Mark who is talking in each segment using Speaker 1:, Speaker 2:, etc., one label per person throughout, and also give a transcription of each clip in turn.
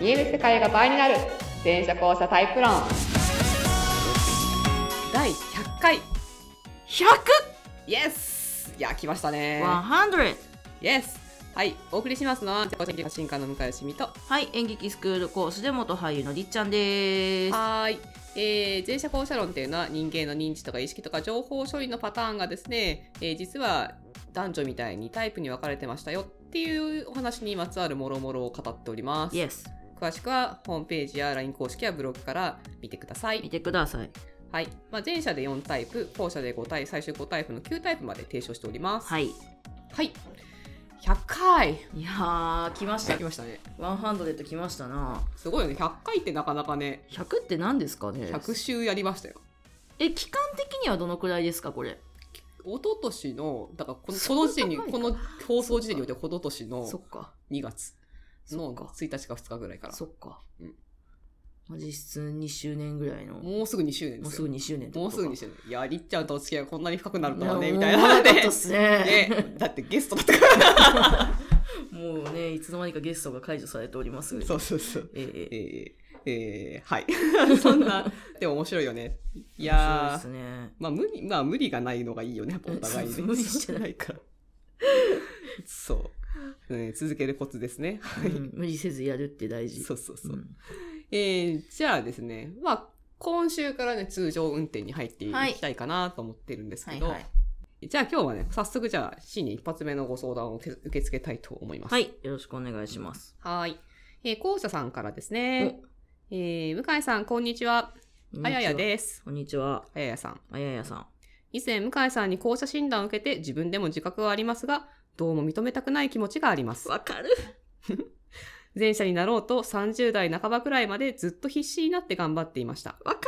Speaker 1: 見える世界が倍になる全車交差タイプ論第100回
Speaker 2: 100!
Speaker 1: イエスいや来ましたね
Speaker 2: 100!
Speaker 1: イエスはいお送りしますのは自己研究進化の向井しみとは
Speaker 2: はい、演劇スクールコースで元俳優のりっちゃんです。
Speaker 1: ーいえー、前者後者論っていうのは人間の認知とか意識とか情報処理のパターンがですね、えー実は男女みたいにタイプに分かれてましたよっていうお話にまつわるもろもろを語っております
Speaker 2: イ。エス、
Speaker 1: 詳しくはホームページや LINE 公式やブログから見てください
Speaker 2: 見。てください。
Speaker 1: はい。まあ、前者で4タイプ、後者で5タイプ、最終5タイプの9タイプまで提唱しております。
Speaker 2: はい。い
Speaker 1: はい。100回
Speaker 2: やー、来ました
Speaker 1: 来。ましたね。
Speaker 2: 100来ましたな。
Speaker 1: すごいよね。100回ってなかなかね、
Speaker 2: 100って何ですかね
Speaker 1: 100週やりましたよ。
Speaker 2: え、期間的にはどのくらいですか、これ。
Speaker 1: 一昨年の、だからこの
Speaker 2: そ
Speaker 1: こ
Speaker 2: んな
Speaker 1: の時点に、
Speaker 2: 前か
Speaker 1: この放送時点において、一昨年の
Speaker 2: そっか。
Speaker 1: 2月
Speaker 2: そ
Speaker 1: の
Speaker 2: っか。
Speaker 1: 1日か2日ぐらいから。
Speaker 2: そっか。
Speaker 1: うん
Speaker 2: まあ実質2周年ぐらいの。も
Speaker 1: もうすぐ2周年で
Speaker 2: う
Speaker 1: す
Speaker 2: す
Speaker 1: よ
Speaker 2: ぐ。2周年って
Speaker 1: も
Speaker 2: こ
Speaker 1: う
Speaker 2: と
Speaker 1: す
Speaker 2: か
Speaker 1: ぐ2周年。いや、りっちゃんとお付き合いがこんなに深くなるとはね、
Speaker 2: や
Speaker 1: みたいなの
Speaker 2: 思わかっ
Speaker 1: で
Speaker 2: たっ。す ね。
Speaker 1: ね、だってゲストだったから。
Speaker 2: もうね、いつの間にかゲストが解除されております。
Speaker 1: そうそうそう。
Speaker 2: ええええ
Speaker 1: えー、えー、 はい。そんな、でも面白いよね。いや
Speaker 2: そ
Speaker 1: ー、
Speaker 2: うですね。
Speaker 1: まあ無理、まあ無理がないのがいいよね、やっぱお互いに、
Speaker 2: うん無理してない
Speaker 1: から。 そう、ね。続けるコツですね。はい。
Speaker 2: うん 無理せずやるって大事。
Speaker 1: そうそうそう。
Speaker 2: ん
Speaker 1: えー、じゃあですね、まあ今週からね、通常運転に入ってい
Speaker 2: はい
Speaker 1: きたいかなと思ってるんです
Speaker 2: は
Speaker 1: け
Speaker 2: い
Speaker 1: ど、
Speaker 2: はい。
Speaker 1: じゃあ今日はね、早速じゃあ、市に一発目のご相談を受け受け付けたいと思います。
Speaker 2: はい、よろしくお願いします。
Speaker 1: はーい。えー、校舎さんからですね。えー、向井さん、こんにちは。
Speaker 2: お
Speaker 1: あやや。です。
Speaker 2: こんにちは。
Speaker 1: あややさん。
Speaker 2: あややさん。
Speaker 1: 以前、向井さんに校舎診断を受けて自分でも自覚はありますが、どうも認めたくない気持ちがあります。
Speaker 2: わかる。
Speaker 1: 前者になろうと30代半ばくらいまでずっと必死になって頑張っていました。
Speaker 2: わか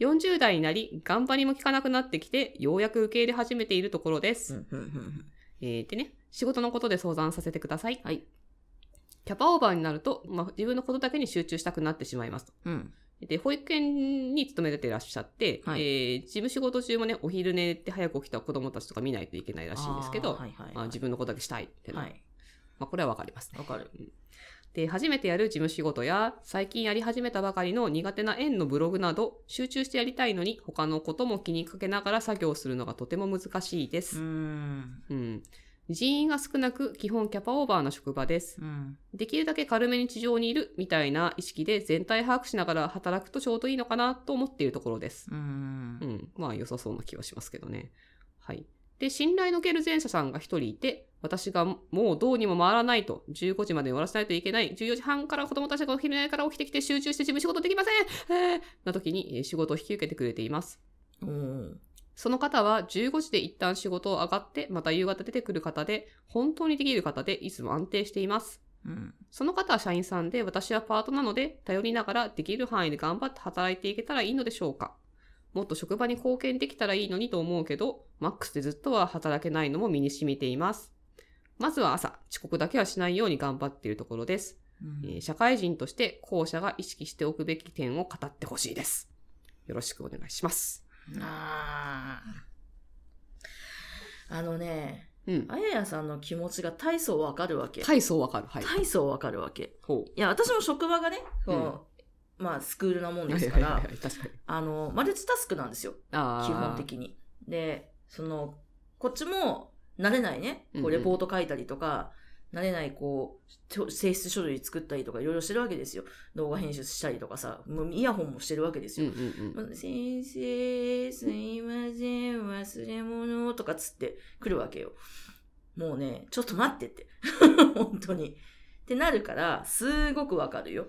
Speaker 1: 40代になり、頑張りも効かなくなってきて、ようやく受け入れ始めているところです。
Speaker 2: る。
Speaker 1: えー、でね、仕事のことで相談させてください。
Speaker 2: はい。
Speaker 1: キャパオーバーになると、まあ、自分のことだけに集中したくなってしまいます。
Speaker 2: うん。
Speaker 1: で、保育園に勤めてらっしゃって、
Speaker 2: はい
Speaker 1: えー事務仕事中もね、お昼寝って早く起きた子供たちとか見ないといけないらしいんですけど、
Speaker 2: あーはいはいはい
Speaker 1: まあ、自分のことだけしたいっていうの
Speaker 2: は
Speaker 1: は、
Speaker 2: い。
Speaker 1: まあ、これはわかりますね
Speaker 2: わかる。
Speaker 1: で、初めてやる事務仕事や、最近やり始めたばかりの苦手な園のブログなど、集中してやりたいのに、他のことも気にかけながら作業するのがとても難しいで
Speaker 2: う
Speaker 1: す。
Speaker 2: ん。
Speaker 1: うん。人員が少なく、基本キャパオーバーな職場です。
Speaker 2: うん。
Speaker 1: できるだけ軽めに地上にいるみたいな意識で全体把握しながら働くとちょうどいいのかなと思っているところです。
Speaker 2: うん
Speaker 1: う。ん。まあ良さそうな気はしますけどね。はい。で、信頼のゲル前者さんが一人いて、私がもうどうにも回らないと、15時までに終わらせないといけない、14時半から子供たちがお昼寝から起きてきて集中して自分仕事できません、えーな時にえー仕事を引き受けてくれています。
Speaker 2: おー
Speaker 1: その方は15時で一旦仕事を上がって、また夕方出てくる方で、本当にできる方で、いつも安定しています。
Speaker 2: うん。
Speaker 1: その方は社員さんで、私はパートなので、頼りながらできる範囲で頑張って働いていけたらいいのでしょうか。もっと職場に貢献できたらいいのにと思うけど、マックスでずっとは働けないのも身に染みています。まずは朝、遅刻だけはしないように頑張っているところです。
Speaker 2: うん
Speaker 1: えー社会人として、後者が意識しておくべき点を語ってほしいです。よろしくお願いします。
Speaker 2: あーあのね、
Speaker 1: うん。
Speaker 2: あややさんの気持ちが大層わかるわけ。
Speaker 1: 体操わかる。はい。
Speaker 2: 大層わかるわけ。
Speaker 1: ほ
Speaker 2: いや、私も職場がね、こう、まあ、スクールなもん
Speaker 1: う。
Speaker 2: ですか
Speaker 1: はい
Speaker 2: ら
Speaker 1: はい、はい確かに。
Speaker 2: あの、マルチタスクなんですよ。
Speaker 1: あ
Speaker 2: 基本
Speaker 1: に。
Speaker 2: 的に。で、その、こっちも慣れないね、
Speaker 1: うん
Speaker 2: こ
Speaker 1: う
Speaker 2: うんレポート書いたりとか、慣れないこう、ちょ提出書類作ったりとかいろいろしてるわけですよ。動画編集したりとかさ、もうイヤホンもしてるわけです
Speaker 1: うん
Speaker 2: よ。
Speaker 1: うんうん。
Speaker 2: ま先生、すいません、忘れ物とかつって来るわけよ。もうね、ちょっと待ってって。 本当に。ってなるから、すごくわかるよ。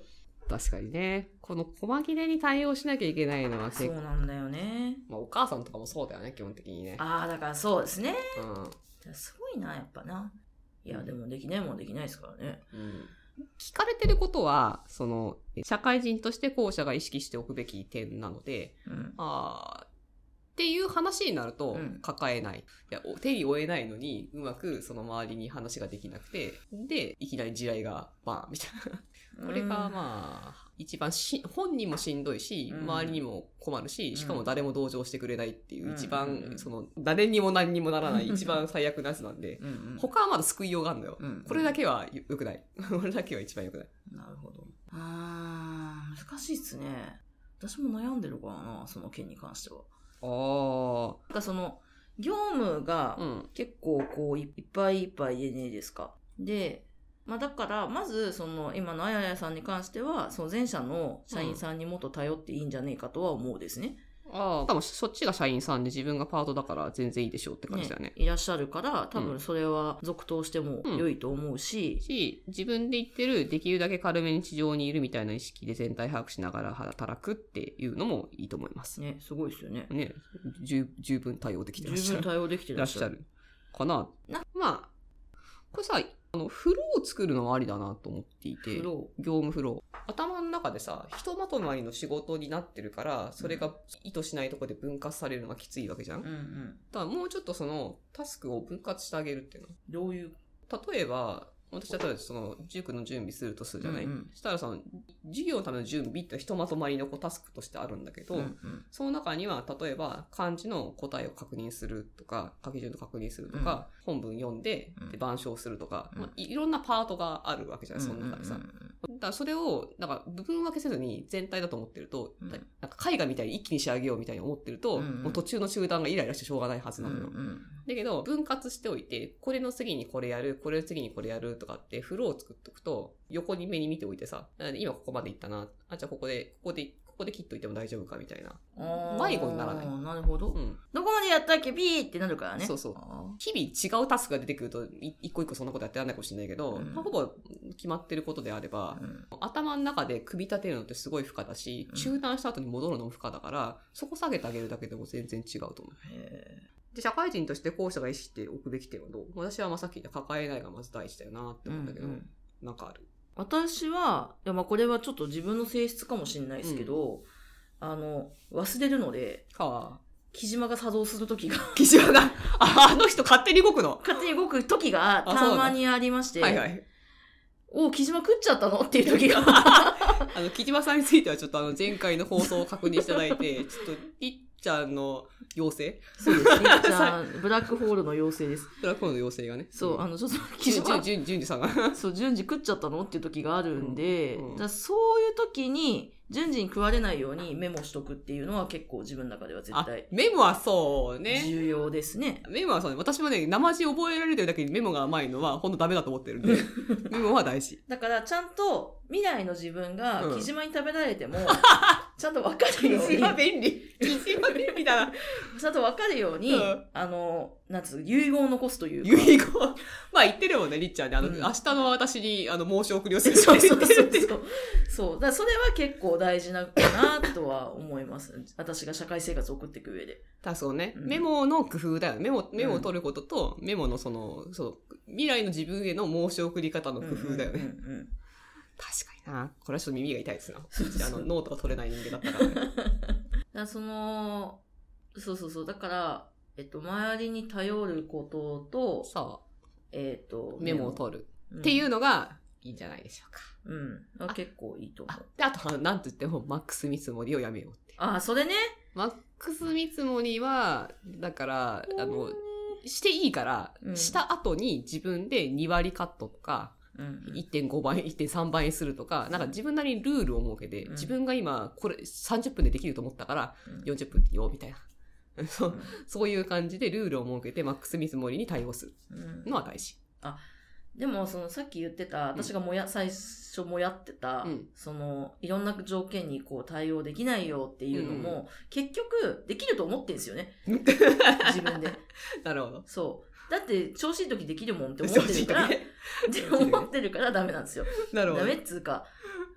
Speaker 1: 確かにね。この細切れに対応しなきゃいけないのは結
Speaker 2: そう
Speaker 1: 構
Speaker 2: なんだよね。
Speaker 1: まあ、お母さんとかもそうだよね、基本的にね。
Speaker 2: ああ、だからそうですね。
Speaker 1: う
Speaker 2: いやすごいな、やっぱな。いや、でもできないもんできないですからね。
Speaker 1: ん。聞かれてることは、その、社会人として後者が意識しておくべき点なので、
Speaker 2: うん。
Speaker 1: あっていう話になると
Speaker 2: うん
Speaker 1: 抱えない。いや、お手に負えないのに、うまくその周りに話ができなくて、で、いきなり地雷がバーンみたいな。これがまあ、一番し、本人もしんどいし、
Speaker 2: うん
Speaker 1: 周りにも困るし、しかも誰も同情してくれないっていう、
Speaker 2: うん
Speaker 1: 一
Speaker 2: うん
Speaker 1: 番
Speaker 2: う、ん
Speaker 1: その、誰にも何にもならない、
Speaker 2: うん
Speaker 1: 一番最悪なやつなんで、
Speaker 2: う んうん
Speaker 1: 他はまだ救いようがあるのよ。
Speaker 2: うん
Speaker 1: これだけはよ良くない。 これだけは一番良くない。
Speaker 2: なるほど。あー、難しいっすね。私も悩んでるからな、その件に関しては。
Speaker 1: あ
Speaker 2: なんかその、業務が
Speaker 1: あ。うん。
Speaker 2: 結構こういいっぱいいっぱいでねえですか。で、まあだから、まずその今のあややさんに関しては、その前者の社員さんにもっと頼っていいんじゃねえかとは思うですね。
Speaker 1: ああ。しかもそっちが社員さんで自分がパートだから全然いいでしょうって感
Speaker 2: ね
Speaker 1: じだよね。
Speaker 2: いらっしゃるから、多分それは続投しても良いと思うし、
Speaker 1: し、自分で言ってる、できるだけ軽めに地上にいるみたいな意識で全体把握しながら働くっていうのもいいと思います。
Speaker 2: ね、すごいですよね。
Speaker 1: ね、十十分対応できてらっし
Speaker 2: 十
Speaker 1: ゃ
Speaker 2: 分
Speaker 1: る。
Speaker 2: 対応できて
Speaker 1: い
Speaker 2: ら
Speaker 1: ら
Speaker 2: っ
Speaker 1: っ
Speaker 2: し
Speaker 1: し
Speaker 2: ゃ
Speaker 1: ゃ
Speaker 2: る。
Speaker 1: る。かな。まあ、これさ、あの、フローを作るのはありだなと思っていて
Speaker 2: 苦、労
Speaker 1: 業務フロー。頭の中でさ、ひとまとまりの仕事になってるから、それが意図しないとこで分割されるのがきついわけじゃん。
Speaker 2: うんうん。
Speaker 1: だからもうちょっとその、タスクを分割してあげるっていうの。
Speaker 2: どういう
Speaker 1: 例えば、私は例えばその塾の準備するとするじゃない、
Speaker 2: うんうん
Speaker 1: したらその授業のための準備ってひとまとまりのこうタスクとしてあるんだけど、
Speaker 2: うんうん
Speaker 1: その中には例えば漢字の答えを確認するとか書き順の確認するとか、本文読んで
Speaker 2: うん
Speaker 1: で板書するとか、
Speaker 2: うん
Speaker 1: まあ、いろんなパートがあるわけじゃないその中でさ、
Speaker 2: うんうんうん
Speaker 1: だからそれをなんか部分分けせずに全体だと思ってると、
Speaker 2: うん
Speaker 1: なんか絵画みたいに一気に仕上げようみたいに思ってると、
Speaker 2: うんうん
Speaker 1: もう途中の集団がイライラしてしょうがないはずなのよ。
Speaker 2: うんうん
Speaker 1: だけど、分割しておいて、これの次にこれやる、これの次にこれやるとかって、フローを作っとくと、横に目に見ておいてさ、あ今ここまで行ったな、あ、じゃあここで、ここで、ここで切っといても大丈夫かみたいな。
Speaker 2: あー
Speaker 1: 迷子にならない
Speaker 2: なるほど、
Speaker 1: うん。
Speaker 2: どこまでやったっけビーってなるからね
Speaker 1: そうそう
Speaker 2: あ
Speaker 1: 日々違うタスクが出てくると、い一個一個そんなことやってらんないかもしれないけど、
Speaker 2: うん
Speaker 1: まあほぼ決まってることであれば
Speaker 2: ー、うん
Speaker 1: 頭の中で組み立てるのってすごい負荷だし
Speaker 2: うん、
Speaker 1: 中断した後に戻るのも負荷だから、そこ下げてあげるだけでも全然違うと思う。
Speaker 2: へ
Speaker 1: で、社会人として後者が意識しておくべき点はどう私はまあさっき言った抱えないがまず第一だよなって
Speaker 2: ーう
Speaker 1: 思うん
Speaker 2: ん
Speaker 1: だけど、
Speaker 2: うん
Speaker 1: なんかある。
Speaker 2: 私はいやまあこれはちょっと自分の性質かもしれないですけど、あの忘れるので
Speaker 1: か、
Speaker 2: 木島が作動する時 が
Speaker 1: 岸和田。ああの人勝手に動くの。
Speaker 2: 勝手に動く時が
Speaker 1: あそうな
Speaker 2: た
Speaker 1: んだ
Speaker 2: まにありまして「
Speaker 1: はいはい。
Speaker 2: おう木島食っちゃったの?」っていう 時が
Speaker 1: あの、木島さんについてはちょっとあの前回の放送を確認いただいて、ちょっと、りっちゃんの要請
Speaker 2: そうですねじゃあブラックホールの妖精です
Speaker 1: ブラックホールの要請がね。
Speaker 2: そうあ
Speaker 1: の、
Speaker 2: のちょっと木
Speaker 1: じゅん、じゅ
Speaker 2: 島
Speaker 1: ん、じゅん、じゅんじさんが。
Speaker 2: そう、順次食っちゃったのっていう時があるんで、
Speaker 1: うんうん
Speaker 2: じゃあそういう時に、順次に食われないようにメモしとくっていうのは結構自分の中では絶
Speaker 1: あ
Speaker 2: 対、
Speaker 1: メモはそうね。
Speaker 2: 重要ですね。
Speaker 1: メモはそうね。私もね、生字覚えられてるだけにメモが甘いのは、ほんとダメだと思ってるん で、メモは大事。
Speaker 2: だからちゃんと未来の自分が
Speaker 1: うん
Speaker 2: 木島に食べられ ても、ちゃんとわかるように、
Speaker 1: 便 利。木島便利 だな。
Speaker 2: ちゃんとわかるように、
Speaker 1: うん
Speaker 2: あの、なんつう、遺言を残すというか。
Speaker 1: 遺言。まあ言ってるもんね、りっちゃんね。あの、
Speaker 2: うん
Speaker 1: 明日の私に、あの、申し送 りをする
Speaker 2: そうそうそ
Speaker 1: 言
Speaker 2: う
Speaker 1: ってるって
Speaker 2: そう。 そう。だからそれは結構大事なのかなとは思います。私が社会生活を送っていく上で。
Speaker 1: だそうね、
Speaker 2: うん
Speaker 1: メモの工夫だよね。メモ、メモを取ることと、メモのその、そう、未来の自分への申し送り方の工夫だよね。
Speaker 2: うんうんうんうん
Speaker 1: 確かにな。これはちょっと耳が痛いですな。
Speaker 2: そうそう
Speaker 1: あの、ノートが取れない人間だった からね。
Speaker 2: だからその、そうそうそう。だから、えっと、周りに頼ることと、
Speaker 1: さ
Speaker 2: えっと
Speaker 1: あ、、メモを取る。
Speaker 2: る
Speaker 1: っていう
Speaker 2: の。
Speaker 1: のが、いいんじゃないでしょうか。
Speaker 2: うん。あ結構いいと思
Speaker 1: あ
Speaker 2: う。、
Speaker 1: で、あと、あのなんと言っても、マックス見積もりをやめようって。
Speaker 2: あ、それね。
Speaker 1: マックス見積もりは、だから、あの、していいから、
Speaker 2: うん
Speaker 1: した後に自分で2割カットとか、
Speaker 2: うん、
Speaker 1: 1.5倍、1.3倍にするとか、なんか自分なりにルールを設けて、
Speaker 2: うん
Speaker 1: 自分が今、これ30分でできると思ったから、
Speaker 2: うん
Speaker 1: 40分でよ、みたいな。 そうう、そういう感じでルールを設けて、マックス見積もりに対応する
Speaker 2: んうん
Speaker 1: のは大事。
Speaker 2: でも、その、さっき言ってた、私がもや、最初もやってた、
Speaker 1: うん
Speaker 2: その、いろんな条件にこう対応できないよっていうのも、
Speaker 1: う
Speaker 2: 結局、できると思ってんですよね。自分で。
Speaker 1: なるほど。
Speaker 2: そう。だって、調子いい時できるもんって思ってるから、っ
Speaker 1: 正直ね
Speaker 2: て思 ってるからダメなんですよ。
Speaker 1: なるほ
Speaker 2: ダ
Speaker 1: ど
Speaker 2: メ。っつうか、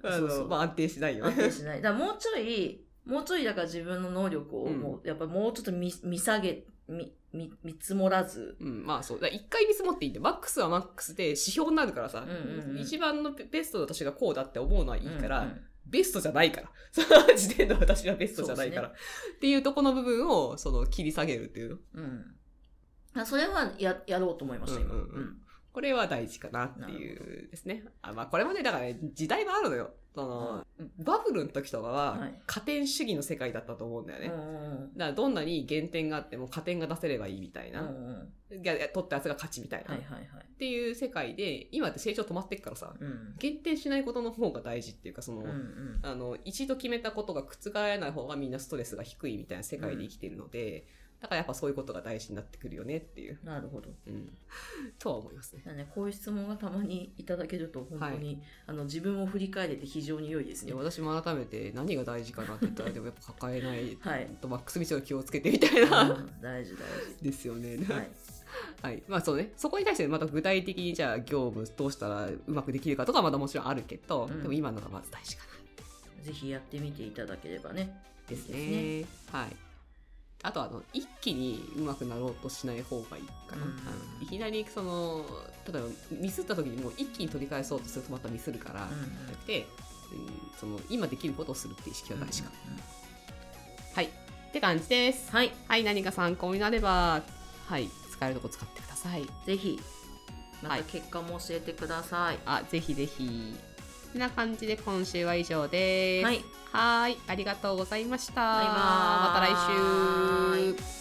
Speaker 1: あ
Speaker 2: そうそ
Speaker 1: の、
Speaker 2: う
Speaker 1: まあ、安定しないよ
Speaker 2: 安
Speaker 1: ね。
Speaker 2: 定しない。だからもうちょい、もうちょいだから自分の能力を、
Speaker 1: うん
Speaker 2: もう、やっぱもうちょっと見、見下げ、見、見、見積もらず。
Speaker 1: うん、まあそう。だから一回見積もっていいんで、マックスはマックスで指標になるからさ、
Speaker 2: うんうんうん
Speaker 1: 一番のベベストの私がこうだって思うのはいいから、
Speaker 2: うんうん
Speaker 1: ベストじゃないから。 その時点の私はベストじゃないから。
Speaker 2: そ
Speaker 1: っていうとこの部分を、その、切り下げるっていう。
Speaker 2: うん。あそれはや、やろうと思いました、今。
Speaker 1: うんうんうんこれは大事かなっていうですね。あまあ、これもね、だから、ね、時代もあるのよ。その、バブルの時とかは
Speaker 2: はい、
Speaker 1: 加点主義の世界だったと思うんだよね。
Speaker 2: うんうん
Speaker 1: だからどんなに減点があっても加点が出せればいいみたい
Speaker 2: うん。う
Speaker 1: な。
Speaker 2: んう
Speaker 1: い
Speaker 2: ん。
Speaker 1: やいや取ったやつが勝ちみたいな。
Speaker 2: はいはい
Speaker 1: っ
Speaker 2: はい。
Speaker 1: ていう世界で、今って成長止まってっからさ、
Speaker 2: うん。
Speaker 1: 減点しないことの方が大事っていうか、その、
Speaker 2: うんうん。
Speaker 1: あの、一度決めたことが覆らない方がみんなストレスが低いみたいな世界で生きてるので、だからやっぱそういうことが大事になってくるよねっていう。
Speaker 2: なるほど。
Speaker 1: うん。とは思いますね。
Speaker 2: だからね、こういう質問がたまにいただけると、本当に、あの、自分を振り返れて非常に良いです
Speaker 1: い
Speaker 2: ね
Speaker 1: や、。私も改めて何が大事かなって言ったら、でもやっぱ抱えない、
Speaker 2: はい。
Speaker 1: とマックスミスを気をつけてみたいうな。
Speaker 2: ん大事大
Speaker 1: ですよね。
Speaker 2: 事。はい。
Speaker 1: はい。まあそうね。そこに対してまた具体的にじゃあ業務どうしたらうまくできるかとかはまだもちろんあるけど、
Speaker 2: うん
Speaker 1: でも今のがまず大事かな。
Speaker 2: ぜひやってみていただければね。
Speaker 1: です
Speaker 2: です
Speaker 1: ね。はい。あとあの、一気にうまくなろうとしない方がいいかな。
Speaker 2: うん
Speaker 1: あのいきなりその、例えばミスった時にもう一気に取り返そうとするとまたミスるから、で、うんその今できることをするっていう意識は大事かな。
Speaker 2: うんうん
Speaker 1: はい。って感じです。
Speaker 2: はい。
Speaker 1: はい。何か参考になれば、はい。使えるとこ使ってください。
Speaker 2: ぜひ、ま
Speaker 1: はい
Speaker 2: た結果も教えてください。
Speaker 1: あ、ぜひぜひ。こんな感じで今週は以上です。
Speaker 2: はい。
Speaker 1: はーい、ありがとうございました。
Speaker 2: バイバーイ
Speaker 1: また来週。